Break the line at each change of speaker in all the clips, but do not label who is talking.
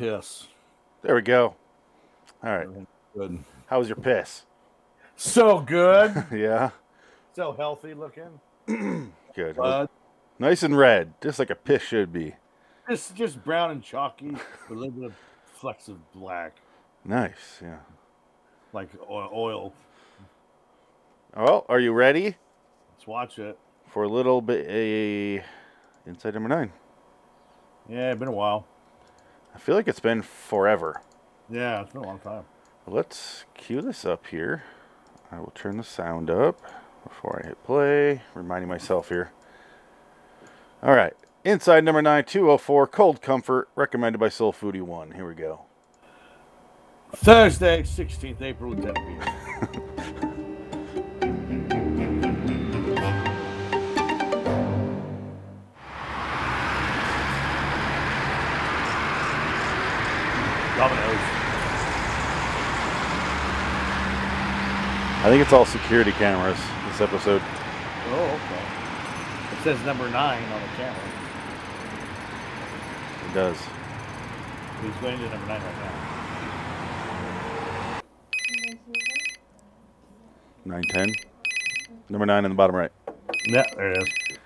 piss.
There we go. All right.
Good.
How was your piss?
So good.
Yeah.
so healthy looking.
Good.
But
nice and red, just like a piss should be.
it's just brown and chalky with a little bit of flecks of black,
Nice. Yeah.
like oil. oil.
Well, are you ready
Let's watch it.
for a little bit a inside number nine?
Yeah, it's been a while.
I feel like it's been forever.
Yeah, it's been a long time.
Let's cue this up here. I will turn the sound up before I hit play, reminding myself here. All right. Inside number 9204, Cold Comfort, recommended by Soul Foodie 1. Here we go.
Thursday, 16th April, 10 p.m. Dominoes.
I think it's all security cameras this episode.
Oh, okay. It says number nine on the camera.
It does.
He's going to number nine right now.
910. Number 9 in the bottom right.
Yeah, there it is.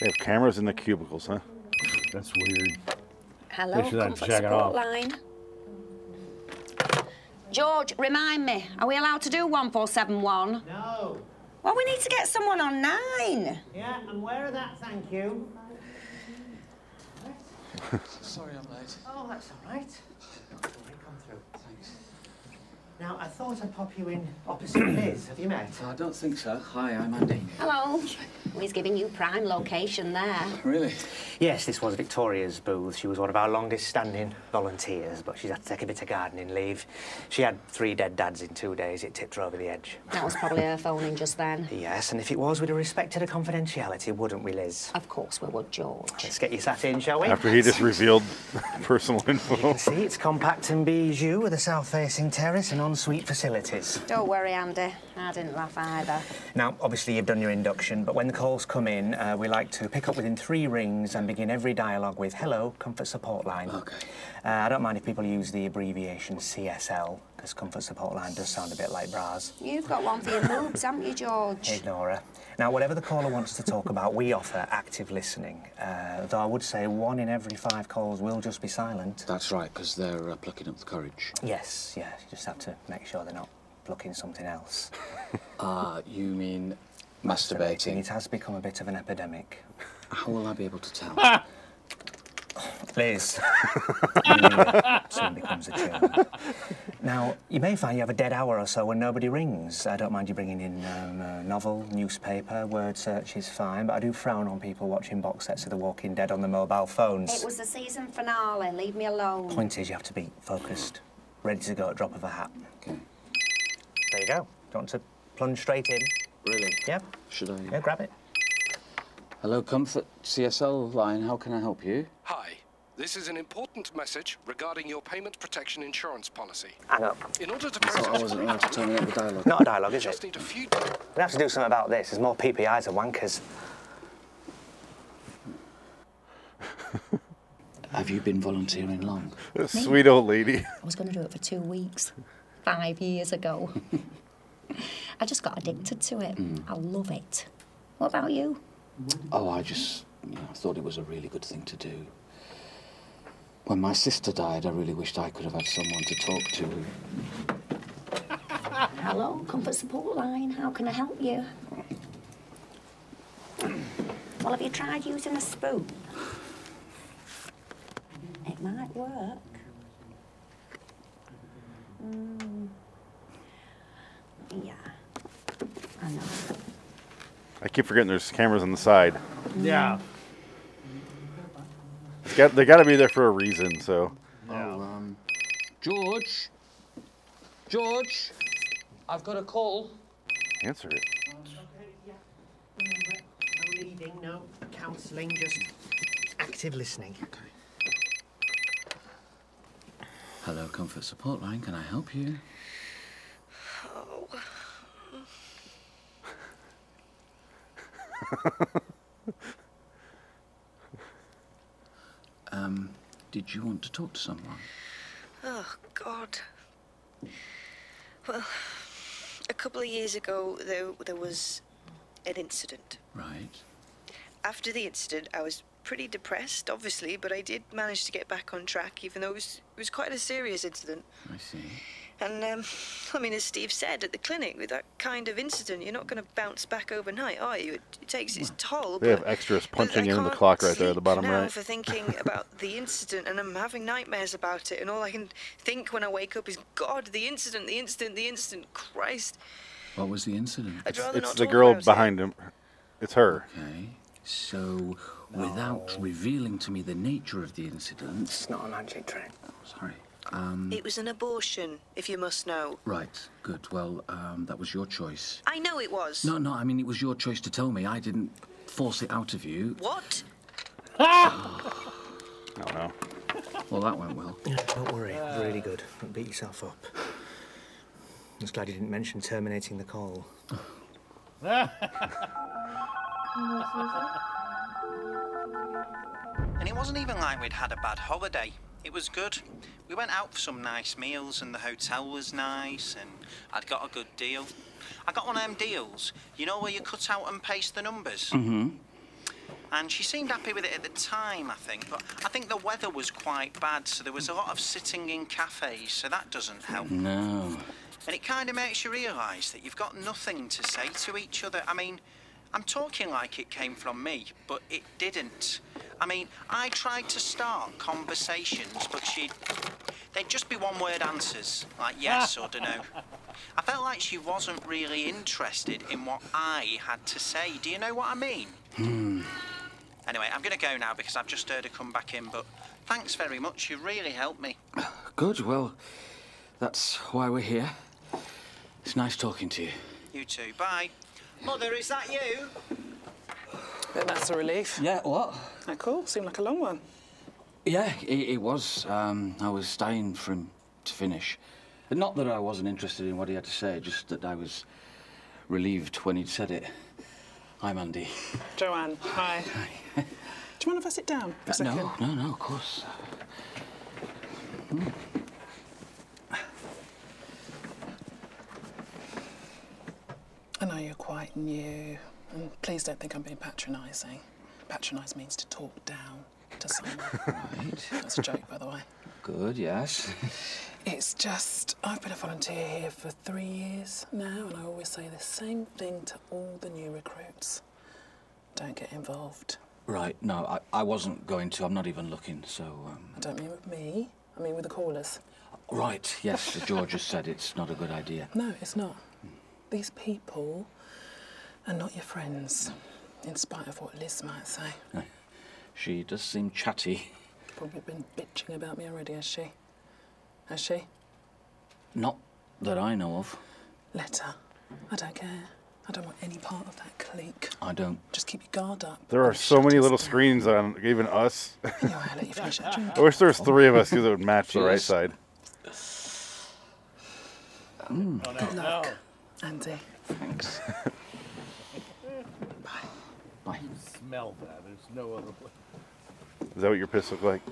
They have cameras in the cubicles, huh?
That's weird.
Hello,
They should have
Comfort
jagged off.
Support Line. George, remind me, are we allowed to do 1471?
No.
Well, we need to get someone on nine.
Yeah, I'm aware of that, thank you.
Sorry I'm late.
Oh, that's all right. Don't worry, come through. Thanks. Now, I thought I'd pop you in opposite Liz. Have you met?
I don't think so. Hi, I'm Andy.
Hello. Well, he's giving you prime location there.
Really?
Yes, this was Victoria's booth. She was one of our longest standing volunteers, but she's had to take a bit of gardening leave. She had three dead dads in two days. It tipped her over the edge.
That was probably her phoning just then.
Yes, and if it was, we'd have respected her confidentiality, wouldn't we, Liz?
Of course we would, George.
Let's get you sat in, shall we?
After he just revealed personal info.
See, it's compact and bijou with a south-facing terrace and ensuite facilities.
Don't worry, Andy. I didn't laugh either.
Now, obviously, you've done your induction, but when the calls come in, uh, we like to pick up within three rings and begin every dialogue with "Hello, Comfort Support Line."
Okay.
Uh, I don't mind if people use the abbreviation CSL because Comfort Support Line does sound a bit like bras.
You've got one for your boobs, haven't you, George?
Ignore her. Now, whatever the caller wants to talk about, we offer active listening. Uh, though I would say one in every five calls will just be silent.
That's right, because they're uh, plucking up the courage.
Yes, yeah, you just have to make sure they're not plucking something else.
Ah, you mean
It
masturbating.
has become a bit of an epidemic.
How will I be able to tell?
Liz. Soon becomes a tune. Now, you may find you have a dead hour or so when nobody rings. I don't mind you bringing in um, a novel, newspaper, word search is fine, but I do frown on people watching box sets of The Walking Dead on their mobile
It
phones.
was the season finale. Leave me alone.
Point is, you have to be focused, ready to go at drop of a hat.
okay.
There you go. Do you want to plunge straight in?
Really?
Yeah?
Should I?
Yeah, grab it.
Hello, Comfort CSL line. How can I help you?
Hi. This is an important message regarding your payment protection insurance policy.
Hang up.
In order to
I thought I
process
wasn't allowed to terminate the dialogue.
Not a dialogue, is
just
it?
need a few
We have to do something about this. There's more PPIs and wankers.
Have you been volunteering long?
This sweet old lady.
I was going to do it for two weeks, five years ago. I just got addicted to it. I love it. What about you?
Oh, I just you know, thought it was a really good thing to do. When my sister died, I really wished I could have had someone to talk to.
Hello, Comfort Support Line. How can I help you? Well, have you tried using a spoon? It might work. Mm. Yeah. I know.
I keep forgetting there's cameras on the side.
Yeah.
It's got, they got to be there for a reason, so.
Oh, um, George? George? I've got a call.
Answer it.
No leading, no counselling, just active listening.
Hello, Comfort Support Line. Can I help you? um, Did you want to talk to someone?
Oh, God. Well, a couple of years ago, there, there was an incident.
Right.
After the incident, I was pretty depressed, obviously, but I did manage to get back on track, even though it was, it was quite a serious incident.
I see.
And, um, I mean, as Steve said at the clinic, with that kind of incident, you're not going to bounce back overnight, are you? It, it takes its toll.
They have
but-
extras
but I
punching in the
can't
clock right there at the
sleep
bottom
now
right.
For thinking about the incident, and I'm having nightmares about it, and all I can think when I wake up is, God, the incident, the incident, the incident, Christ.
What was the incident?
I'd rather
It's
not
the
talk
girl
about it.
behind him. Um, It's her.
Okay. So, without revealing to me the nature of the incident, Oh,
It's not a magic trick.
sorry. Um,
Mm.
It was an abortion, if you must know.
Right. Good. Well, um, that was your choice.
I know it was.
No, no. I mean, it was your choice to tell me. I didn't force it out of you.
What?
Ah!
I don't know.
Well, that went well.
Yeah, don't worry. Really good. Don't beat yourself up. I'm just glad you didn't mention terminating the call.
And it wasn't even like we'd had a bad holiday. It was good. We went out for some nice meals, and the hotel was nice, and I'd got a good deal. I got one of them deals, you know, where you cut out and paste the numbers. Mm-hmm. And she seemed happy with it at the time, I think, but I think the weather was quite bad, so there was a lot of sitting in cafes, so that doesn't help.
No.
And it kind of makes you realise that you've got nothing to say to each other. I mean, I'm talking like it came from me, but it didn't. I mean, I tried to start conversations, but she'd. They'd just be one word answers, like yes or dunno. I felt like she wasn't really interested in what I had to say. Do you know what I mean?
Mm.
Anyway, I'm going to go now because I've just heard her come back in, but thanks very much. You really helped me.
Good. Well, that's why we're here. It's nice talking to you.
You too. Bye. Mother, is that you?
That's a relief.
Yeah. What?
Ah, cool. Seemed like a long one.
Yeah, it, it was. Um, I was dying for him to finish. Not that I wasn't interested in what he had to say, just that I was relieved when he'd said it. I'm Andy.
Joanne, hi. Do you mind if I sit down for a second?
No, no, no, of course.
I know you're quite new, and please don't think I'm being patronising. Patronise means to talk down to someone. That's a joke, by the way.
Good, yes.
It's just, I've been a volunteer here for three years now, and I always say the same thing to all the new recruits don't get involved.
right, no, I, I wasn't going to. I'm not even looking, so. Um,
I don't mean with me, I mean with the callers.
right, yes, George has said it's not a good idea.
No, it's not. These people are not your friends, in spite of what Liz might say.
She does seem chatty.
Probably been bitching about me already, has she? Has she?
Not that I know of.
Letter. I don't care. I don't want any part of that clique.
I don't.
Just keep your guard up.
There are
and
so
shut
many
us
little
down.
screens on even us.
Anyway, I'll let you finish that drink.
I wish there was three of us because it would match the right
Cheers.
side.
Mm.
Good luck, Andy.
Thanks. Bye. Bye.
Smell that. There's no other way.
Is that what your piss looked like?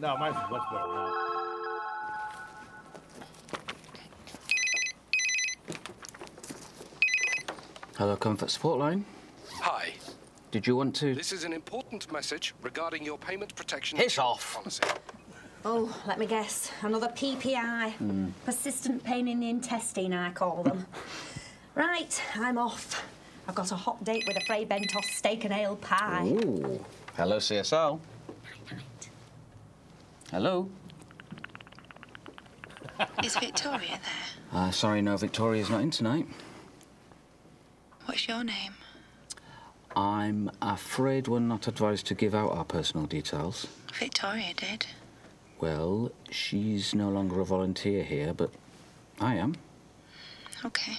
No, mine's much better now.
Hello, Comfort Support Line.
Hi.
Did you want to?
This is an important message regarding your payment protection
Piss off.
policy.
Oh, let me guess. Another PPI. Persistent pain in the intestine, I call them. right, I'm off. I've got a hot date with a Frey Bentos steak and ale pie.
Ooh. Hello, CSL. Hello.
Is Victoria there?
Uh, sorry, no, Victoria's not in tonight.
What's your name?
I'm afraid we're not advised to give out our personal details.
Victoria did.
Well, she's no longer a volunteer here, but I am.
Okay.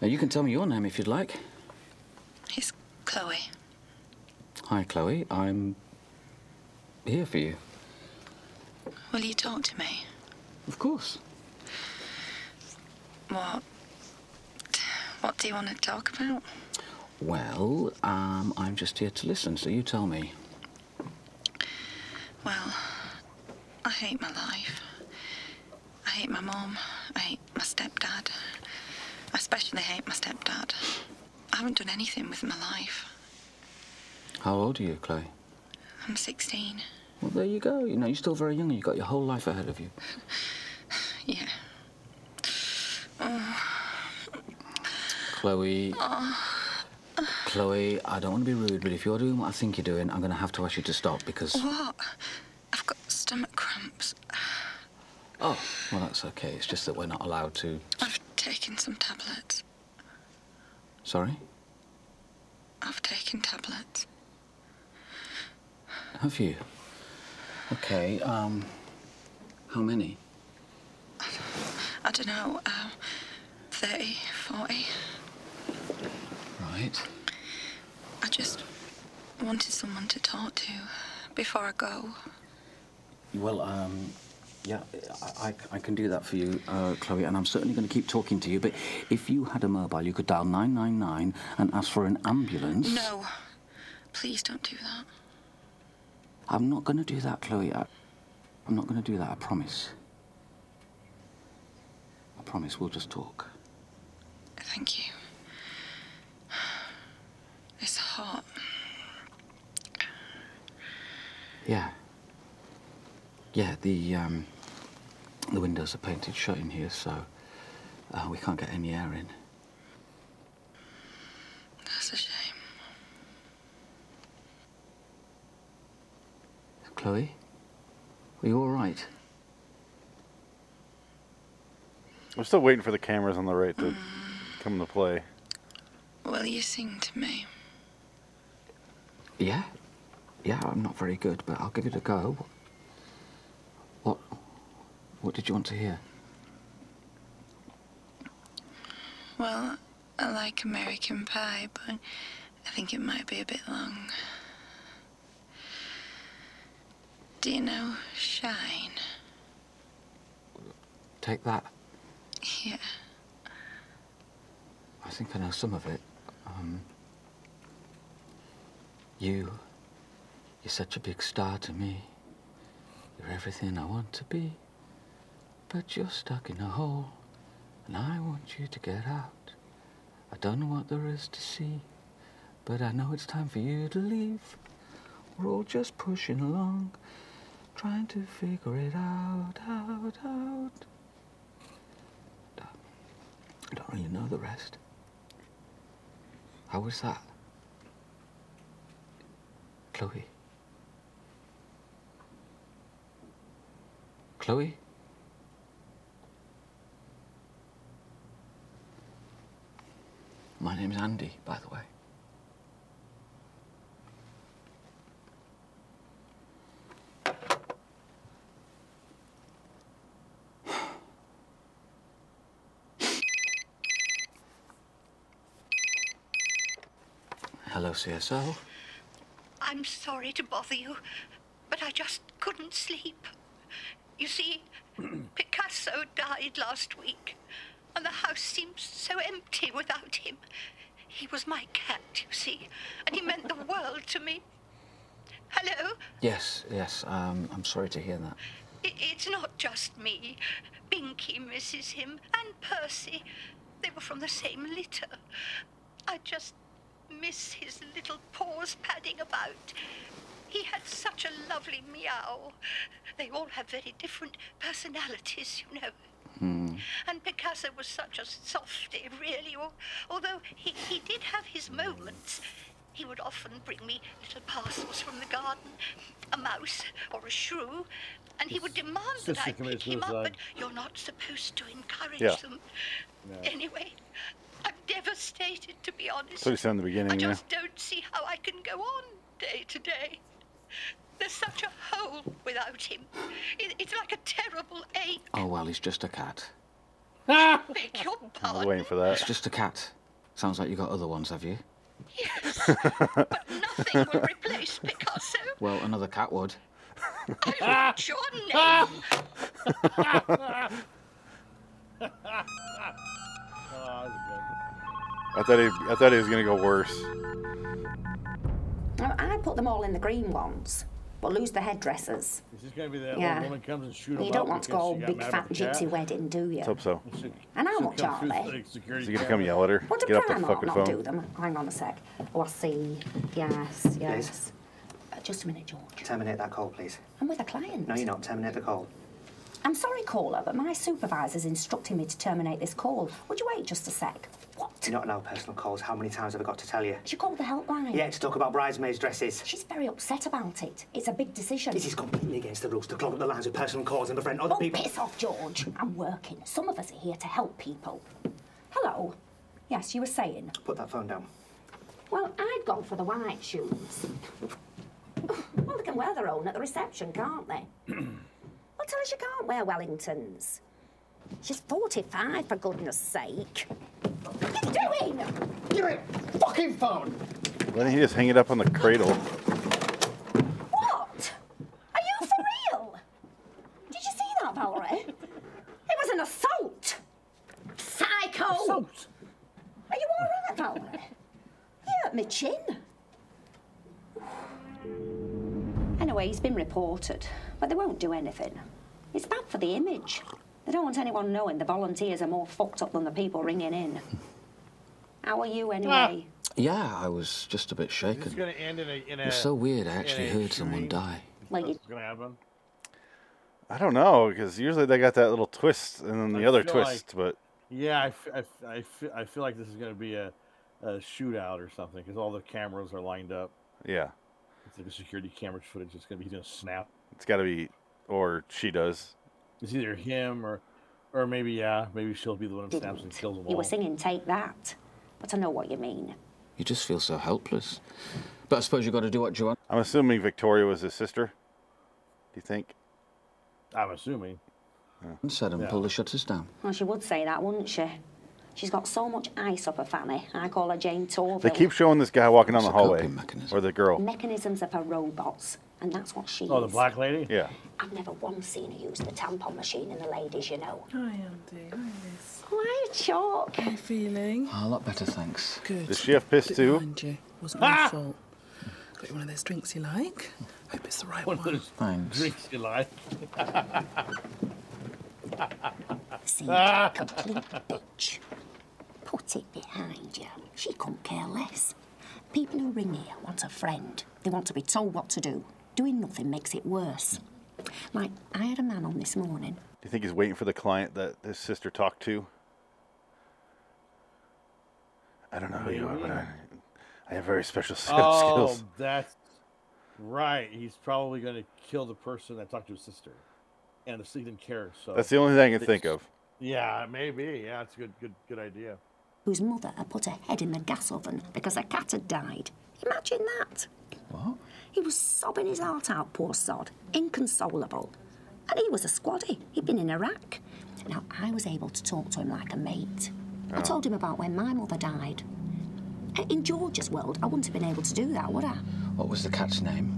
Now, you can tell me your name if you'd like.
It's Chloe.
Hi, Chloe. I'm here for you.
Will you talk to me?
Of course.
What? What do you want to talk about?
Well, um, I'm just here to listen, so you tell me.
Well, I hate my life. I hate my mom. I hate my stepdad. I especially hate my stepdad. I haven't done anything with my life.
How old are you, Chloe?
I'm 16.
Well, there you go. You know, you're still very young and you've got your whole life ahead of you.
Yeah. Oh,
Chloe. Chloe, I don't want to be rude, but if you're doing what I think you're doing, I'm going to have to ask you to stop because.
what? I've got stomach cramps.
Oh, well, that's okay. It's just that we're not allowed to.
I've taken some tablets.
Sorry?
I've taken tablets.
Have you? Okay, um. How many?
I don't know, uh, 30, 40.
Right.
I just wanted someone to talk to before I go.
Well, um. Yeah, I, I, I can do that for you, uh, Chloe, and I'm certainly going to keep talking to you. But if you had a mobile, you could dial 999 and ask for an ambulance.
No. Please don't do that.
I'm not going to do that, Chloe. I, I'm not going to do that, I promise. I promise, we'll just talk.
Thank you. It's hot.
Yeah. Yeah, the um, the windows are painted shut in here, so uh, we can't get any air in.
That's a shame.
Chloe, are you all right?
I'm still waiting for the cameras on the right to come into play.
Will you sing to me?
Yeah. Yeah, I'm not very good, but I'll give it a go. What? What did you want to hear?
Well, I like American Pie, but I think it might be a bit long. Do you know Shine?
Take that.
Yeah.
I think I know some of it. Um, you, you're such a big star to me. You're everything I want to be. But you're stuck in a hole, and I want you to get out. I don't know what there is to see, but I know it's time for you to leave. We're all just pushing along, trying to figure it out, out, out. I don't really know the rest. How was that? Chloe? Chloe? My name's Andy, by the way. Hello, CSO.
I'm sorry to bother you, but I just couldn't sleep. You see, Picasso died last week, and the house seems so empty without him. He was my cat, you see, and he meant the world to me. Hello?
Yes, yes, um, I'm sorry to hear that.
I- It's not just me. Binky misses him, and Percy. They were from the same litter. I just miss his little paws padding about. He had such a lovely meow. They all have very different personalities, you know.
Hmm.
And Picasso was such a softy, really. al- Although he, he did have his moments. He would often bring me little parcels from the garden, a mouse or a shrew, and he would demand that
sister
I
committed
pick him up, but
suicide.
you're not supposed to encourage
Yeah.
them.
No.
Anyway, I'm devastated, to be honest.
So you said in the beginning,
I
yeah.
just don't see how I can go on day to day. There's such a hole without him. It, it's like a terrible ache.
Oh, well, he's just a cat.
Beg your
I
pardon.
was waiting for
It's
that.
just a cat. Sounds like you got other ones, have you?
Yes, but nothing will replace Picasso. Oh,
Well, another cat would.
I want your name.
I thought he, I thought he was gonna go worse.
Well, I put them all in the green ones. but lose the headdresses.
Is this going to be that
Yeah.
one woman comes and shoot
And
him
you don't
up
want to
because
go
she got
big
mad
fat
with the cat?
gypsy wedding, do you?
Let's hope so.
And how
She'll
much
come
are
through
they?
the security
Is he gonna
camera.
come yell at her?
What did
Get off the
Primark
fucking
not
phone.
do them? Hang on a sec. Oh, I see. Yes, yes. Uh, Just a minute, George.
Terminate that call, please.
I'm with a client.
No, you're not. Terminate the call.
I'm sorry, caller, but my supervisor's instructing me to terminate this call. Would you wait just a sec?
Do not allow personal calls. How many times have I got to tell you?
She called the helpline.
Yeah, to talk about bridesmaids' dresses.
She's very upset about it. It's a big decision.
It is completely against the rules to clog up the lines with personal calls and befriend other
oh,
people.
piss off, George. I'm working. Some of us are here to help people. Hello. Yes, you were saying.
Put that phone down.
Well, I'd gone for the white shoes. well, they can wear their own at the reception, can't they? well, tell her she can't wear Wellingtons. She's 45, for goodness sake. What are you doing? Give me fucking phone.
Why didn't he just hang it up on the cradle?
What? Are you for real? Did you see that, Valerie? It was an assault. Psycho. Assault. Are you all right, Valerie? You hurt my chin. Anyway, he's been reported, but they won't do anything. It's bad for the image. They don't want anyone knowing the volunteers are more fucked up than the people ringing in. How are you anyway?
Yeah, I was just a bit
This is
shaken.
going to end in a. In
It
a
was so weird, I
in
actually
a
heard someone
dream.
die.
Like,
What's going to happen?
I don't know, because usually they got that little twist and then the
I
other
feel
twist, but
Yeah, I, f- I, f- I, f- I feel like this is going to be a, a shootout or something because all the cameras are lined up.
yeah,
It's like a security camera footage. It's going to be going to snap.
it's got to be, or she does.
It's either him or, or maybe yeah, maybe she'll be the one who snaps and kills them
you
all.
were singing Take That, but I know what you mean.
You just feel so helpless. But I suppose you've got to do what you want.
I'm assuming Victoria was his sister. Do you think?
I'm assuming.
And said and
Yeah.
pull the shutters down.
Well, she would say that, wouldn't she? She's got so much ice up her fanny. I call her Jane Torville.
They keep showing this guy walking down the hallway, or the girl.
mechanisms of her robots, and that's what she
Oh, the
is.
black lady. Yeah.
I've never once seen her use the tampon machine in the ladies, you know.
Hi, Andy. Hi, Liz.
Hi, Chalk.
How you feeling?
Ah, a lot better, thanks.
Good.
Does she have piss
Bit
too?
behind you. Wasn't my fault. Got you one of those drinks you like. Hope it's the right one.
Thanks.
Drinks you like.
Seemed
Ah.
a complete bitch. Put it behind you. She couldn't care less. People who ring here want a friend. They want to be told what to do. Doing nothing makes it worse. Like, I had a man on this morning.
Do you think he's waiting for the client that his sister talked to? I don't know who you are, but I, I have very special set of
oh,
skills.
that's right. He's probably going to kill the person that talked to his sister, and the sister didn't care. So
That's the only thing I can
They
think
just-
of.
Yeah, maybe. Yeah, it's a good, good, good idea.
whose mother had put her head in the gas oven because her cat had died. Imagine that.
What?
He was sobbing his heart out, poor sod, inconsolable. And he was a squaddy. He'd been in Iraq. Now, I was able to talk to him like a mate. I
Oh.
told him about when my mother died. I- In George's world, I wouldn't have been able to do that, would I?
What was the cat's name?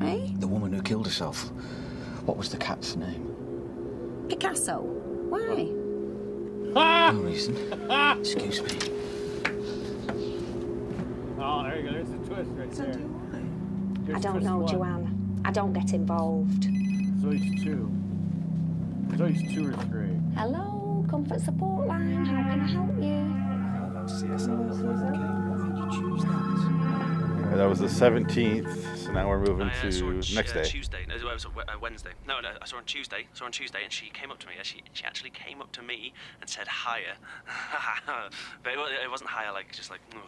Eh?
The woman who killed herself. What was the cat's name?
Picasso. Why?
Ah!
No reason. Excuse me.
Oh, there you go. There's a twist right there.
I
Here's
don't
twist
know,
one.
Joanne. I don't get involved.
So he's two. So he's two or three.
Hello, comfort support line. How can I help you?
Alright, that was the 17th, so now we're moving
Oh. I, uh, saw her on
to
Tu-
next
uh,
day.
Tuesday. No, it was a we- uh, Wednesday. No, no, I saw her on Tuesday. I saw her on Tuesday, and she came up to me. uh, She, she actually came up to me and said hiya. but it, wa- it wasn't hiya like just like "Oh,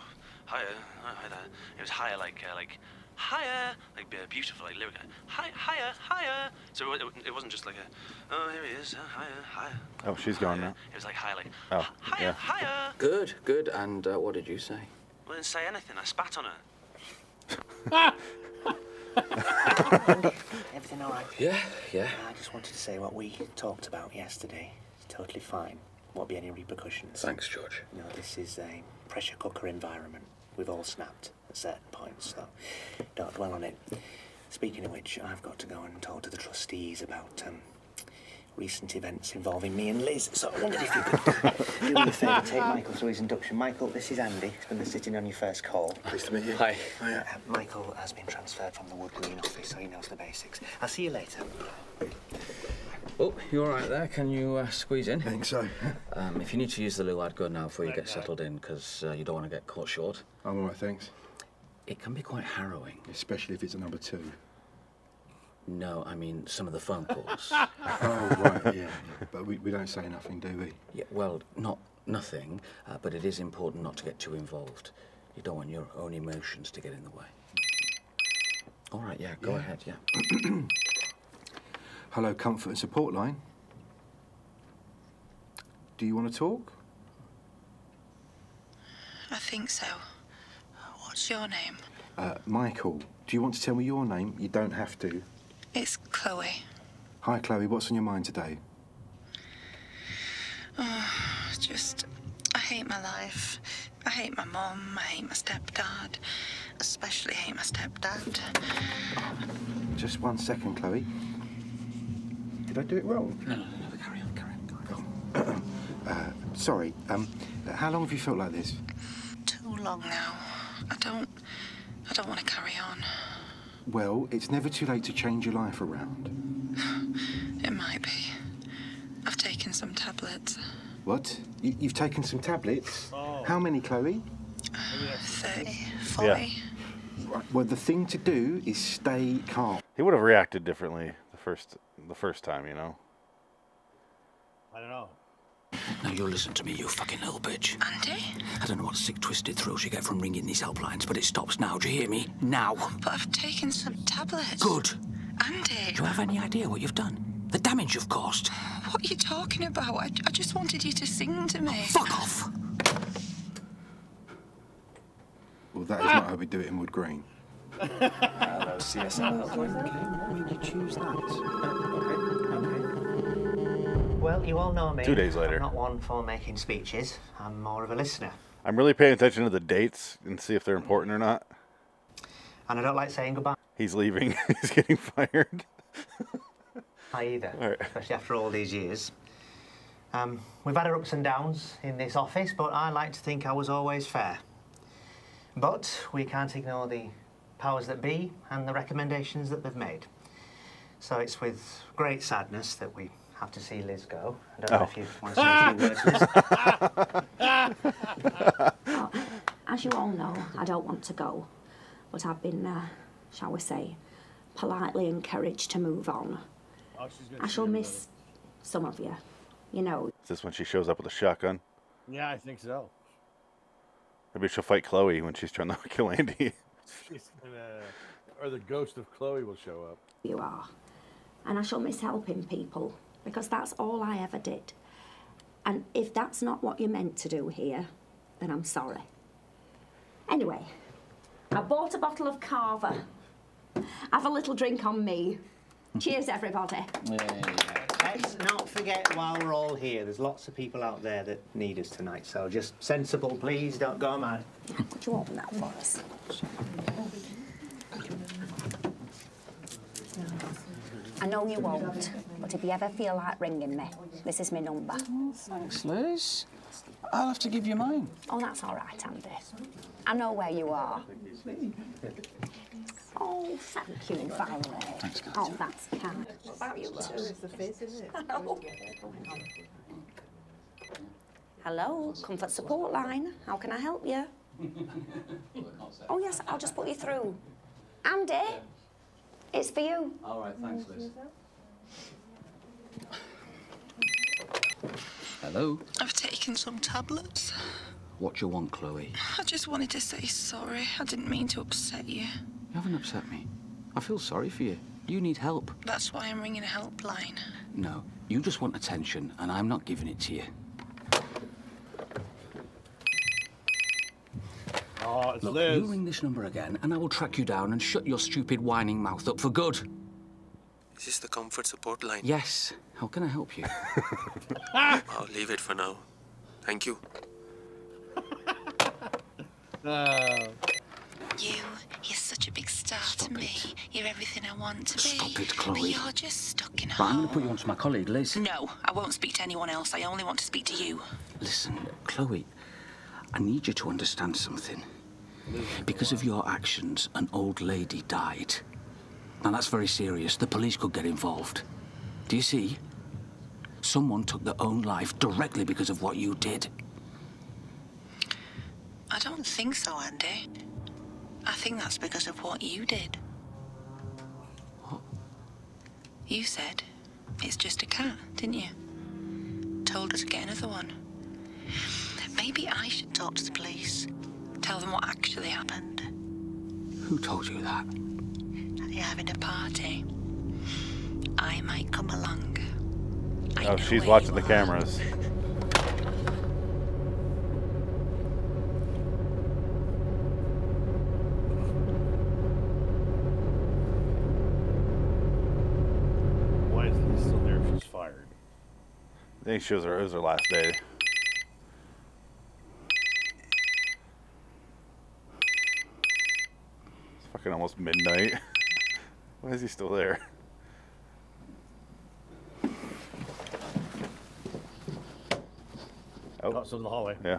hiya, oh, hi there. It was hiya like uh, like hiya, like uh, beautiful, like lyric. Hi, hiya, hiya. So it, wa- it wasn't just like a oh here he is, uh, hiya, hiya.
Oh, she's gone now.
It was like hiya, like
Oh, yeah.
hiya.
Good, good. And uh, what did you say?
I didn't say anything. I spat on her.
Everything all right?
Yeah, yeah.
I just wanted to say what we talked about yesterday. It's totally fine. Won't be any repercussions.
Thanks, George.
No, this is a pressure cooker environment. We've all snapped at certain points, so don't dwell on it. Speaking of which, I've got to go and talk to the trustees about um,
recent events involving me and Liz, so I wondered if you could do me a favour, take Michael through his induction. Michael, this is Andy. It's been the sitting on your first call. Nice to meet you. Hi. Uh, Michael has been transferred from the Wood Green office, so he knows the basics. I'll see you later.
Oh, you all right there? Can you uh, squeeze in? I think so. Um, if you need to use the loo, I'd go now before you get settled in, because uh, you don't want to get caught short.
I'm all right, thanks.
It can be quite harrowing.
Especially if it's a number two.
No, I mean some of the phone calls.
oh, right, yeah. yeah. But we, we don't say nothing, do we?
Yeah, well, not nothing, uh, but it is important not to get too involved. You don't want your own emotions to get in the way. All right, yeah, go
Yeah.
ahead, yeah.
Hello, comfort and support line. Do you want to talk?
I think so. What's your name?
Uh, Michael, do you want to tell me your name? You don't have to.
It's Chloe.
Hi, Chloe, what's on your mind today?
Oh, it's just, I hate my life. I hate my mom. I hate my stepdad. Especially hate my stepdad.
Just one second, Chloe. Did I do it wrong?
No, no, no,
carry on, carry on. uh, sorry, um, how long have you felt like this?
Too long now. I don't, I don't want to carry on.
Well, it's never too late to change your life around.
It might be. I've taken some tablets.
What? You, you've taken some tablets? How many, Chloe?
Thirty.
Yeah.
Right, Well, the thing to do is stay calm.
He would have reacted differently the first the first time, you know.
I don't know.
Now you listen to me, you fucking little bitch.
Andy?
I don't know what sick, twisted throats you get from ringing these helplines, but it stops now. Do you hear me? Now.
But I've taken some tablets.
Good.
Andy.
Do you have any idea what you've done? The damage you've caused.
What are you talking about? I, I just wanted you to sing to me.
Oh, fuck off!
Well, that is not how we do it in Wood Green.
Hello, CSL. Okay, will you choose that? okay, okay. Well, you all know me.
Two days later.
I'm not one for making speeches. I'm more of a listener.
I'm really paying attention to the dates and see if they're important or not.
And I don't like saying goodbye
He's leaving. He's getting fired.
either,
All right.
especially after all these years. Um, we've had our ups and downs in this office, but I like to think I was always fair. But we can't ignore the powers that be and the recommendations that they've made. So it's with great sadness that we have to see Liz go. I don't know
Oh.
if you want to say a few words, Liz.
Well, as you all know, I don't want to go, but I've been, uh, shall we say, politely encouraged to move on.
Oh, she's gonna
I
see
shall
everybody.
miss some of you, you know.
Is this when she shows up with a shotgun?
Yeah, I think so.
Maybe she'll fight Chloe when she's trying to kill Andy.
She's gonna, uh, or the ghost of Chloe will show up.
you are. And I shall miss helping people because that's all I ever did. And if that's not what you're meant to do here, then I'm sorry. Anyway, I bought a bottle of Carver. Have a little drink on me. Cheers, everybody.
Let's not forget while we're all here, there's lots of people out there that need us tonight, so just sensible, please, don't go mad.
Would you open that for us? I know you won't, but if you ever feel like ringing me, this is my number.
Thanks, Liz. I'll have to give you mine.
Oh, that's all right, Andy. I know where you are. Oh, thank you, Violet. Thanks, guys. Oh, that's kind. What about you, love? Hello, Comfort Support Line. How can I help you? Oh, yes, I'll just put you through. Andy, it's for you.
All right, thanks, Liz. Hello.
I've taken some tablets.
What do you want, Chloe?
I just wanted to say sorry. I didn't mean to upset you.
You haven't upset me. I feel sorry for you. You need help.
That's why I'm ringing a helpline.
No, you just want attention, and I'm not giving it to you.
Oh, it's
Look,
Liz.
you ring this number again, and I will track you down and shut your stupid whining mouth up for good.
Is this the comfort support line?
Yes. How can I help you?
I'll leave it for now. Thank you.
Uh,
You, you're such a big star to me. You're everything I want to be.
Stop it, Chloe.
But you're just stuck in a
But I'm
hole.
going to put you on to my colleague, Liz.
No, I won't speak to anyone else. I only want to speak to you.
Listen, Chloe, I need you to understand something. Because of your actions, an old lady died. Now, that's very serious. The police could get involved. Do you see? Someone took their own life directly because of what you did.
I don't think so, Andy. I think that's because of what you did. What? You said it's just a cat, didn't you? Told her to get another one. Maybe I should talk to the police. Tell them what actually happened.
Who told you that?
That You're having a party. I might come along.
Oh, she's watching the cameras.
Why is he still there if she's fired?
I think she was her, it was her last day. It's fucking almost midnight. Why is he still there? Oh,
it's in the hallway.
Yeah.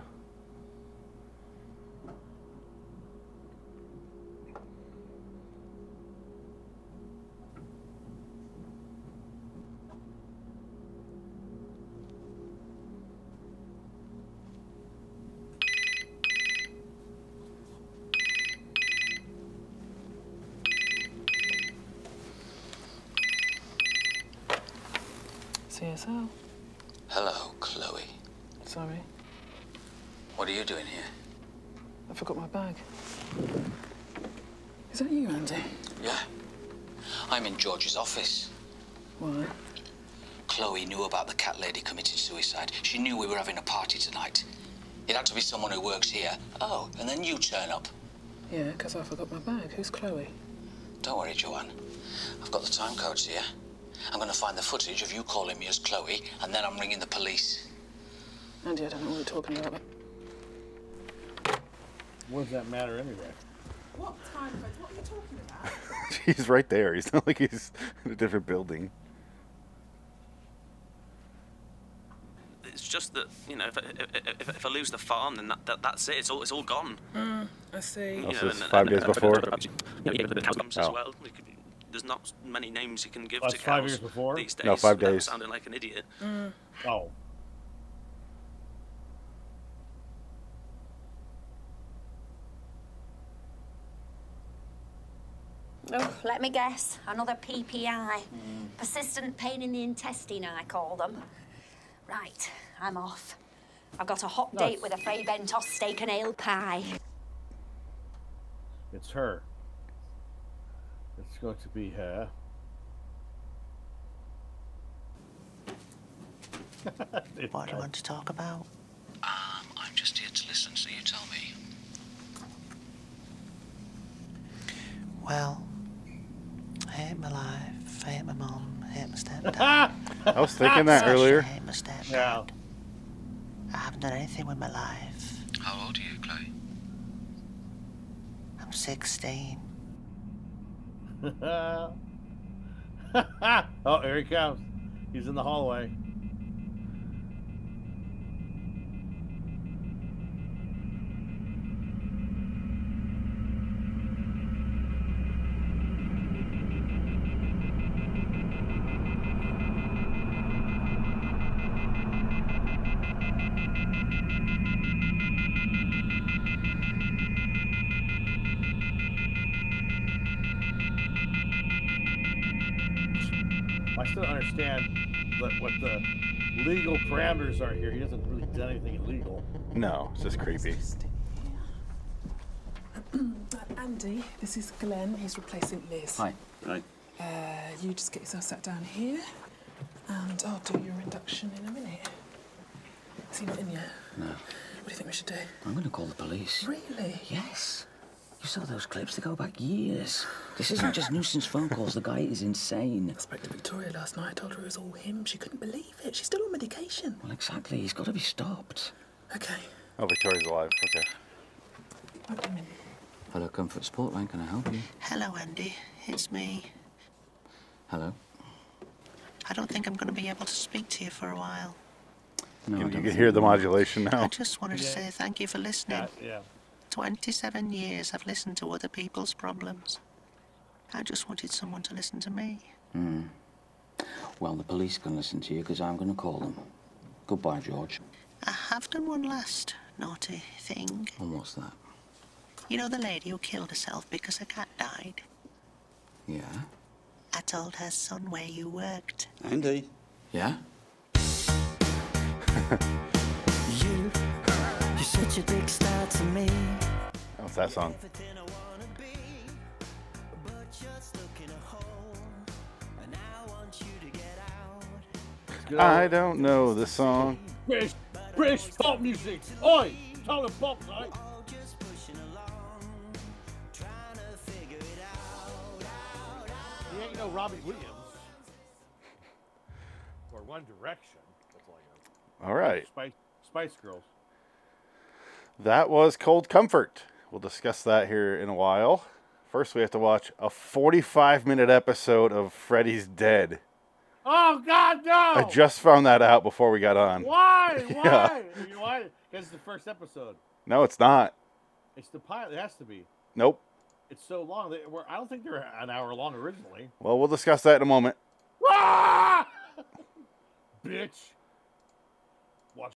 CSL.
Hello, Chloe.
Sorry,
What are you doing here?
I forgot my bag. Is that you, Andy?
Yeah. I'm in George's office.
Why?
Chloe knew about the cat lady committing suicide. She knew we were having a party tonight. It had to be someone who works here. Oh, and then you turn up.
Yeah, 'cause I forgot my bag. Who's Chloe?
Don't worry, Joanne. I've got the time codes here. I'm going to find the footage of you calling me as Chloe, and then I'm ringing the police.
Andy, I don't know what we're talking about. but-
What does that matter anyway?
What time codes? What are you talking about?
He's right there. He's not like he's in a different building.
It's just that you know, if I, if, if, if I lose the farm, then that, that that's it. It's all it's all gone.
Mm, I see.
This is five days before.
You know, you could have cows as
Oh.
well. You could- there's not many names you can give
That's
to
five
cows
years before?
these days.
No, five
without
days.
Sounding like an idiot.
Mm.
Oh.
Oh, let me guess. Another PPI. Persistent pain in the intestine, I call them. Right, I'm off. I've got a hot date
Nice.
with a Fray Bentos steak and ale pie.
It's her. It's going to be her.
What do you want
to talk about?
Um, I'm just here to listen, so you tell me.
Well, I hate my life, I hate my mum, I hate my stepdad.
I was thinking that
Especially
earlier.
I hate my stepdad.
Yeah.
I haven't done anything with my life.
How old are you, Chloe?
I'm 16.
oh, here he comes. He's in the hallway. I still don't understand what, what the legal parameters are here. He hasn't really done anything illegal.
No, it's just creepy. Oh,
Uh, Andy, this is Glenn. He's replacing Liz.
Right.
Uh, you just get yourself sat down here, and I'll do your induction in a minute. Is he not in yet?
No.
What do you think we should do?
I'm going to call the police.
Really?
Yes. You saw those clips, they go back years. This isn't just nuisance phone calls, the guy is insane.
I spoke to Victoria last night. I told her it was all him. She couldn't believe it. She's still on medication.
Well, exactly, he's got to be stopped.
Okay.
Oh, Victoria's alive. Okay.
Wait a minute.
Hello, Comfort Sport Line. Can I help you?
Hello, Andy. It's me.
Hello.
I don't think I'm going to be able to speak to you for a while.
No, I
you
don't
can hear the
think-
modulation now.
I just wanted to say thank you for listening.
yeah.
27 years I've listened to other people's problems. I just wanted someone to listen to me.
Hmm. Well, the police can listen to you because I'm going to call them. Goodbye, George.
I have done one last naughty thing.
And what's that?
You know the lady who killed herself because her cat died?
Yeah.
I told her son where you worked.
Andy. Yeah?
You, you're such a big star to me.
What's that song? I don't know the song.
British, British pop music. Oi, Tyler Pop, right? He ain't no Robbie Williams. Or One Direction. That's all I know.
All right.
Spice, Spice Girls.
That was Cold Comfort. We'll discuss that here in a while. First, we have to watch a 45 minute episode of Freddy's Dead.
Oh God, no!
I just found that out before we got on.
Why?
Yeah.
Why? You know why? Because it's the first episode.
No, it's not.
It's the pilot. It has to be.
Nope.
It's so long. They were, I don't think they were an hour long originally.
Well, we'll discuss that in a moment.
Ah! Bitch.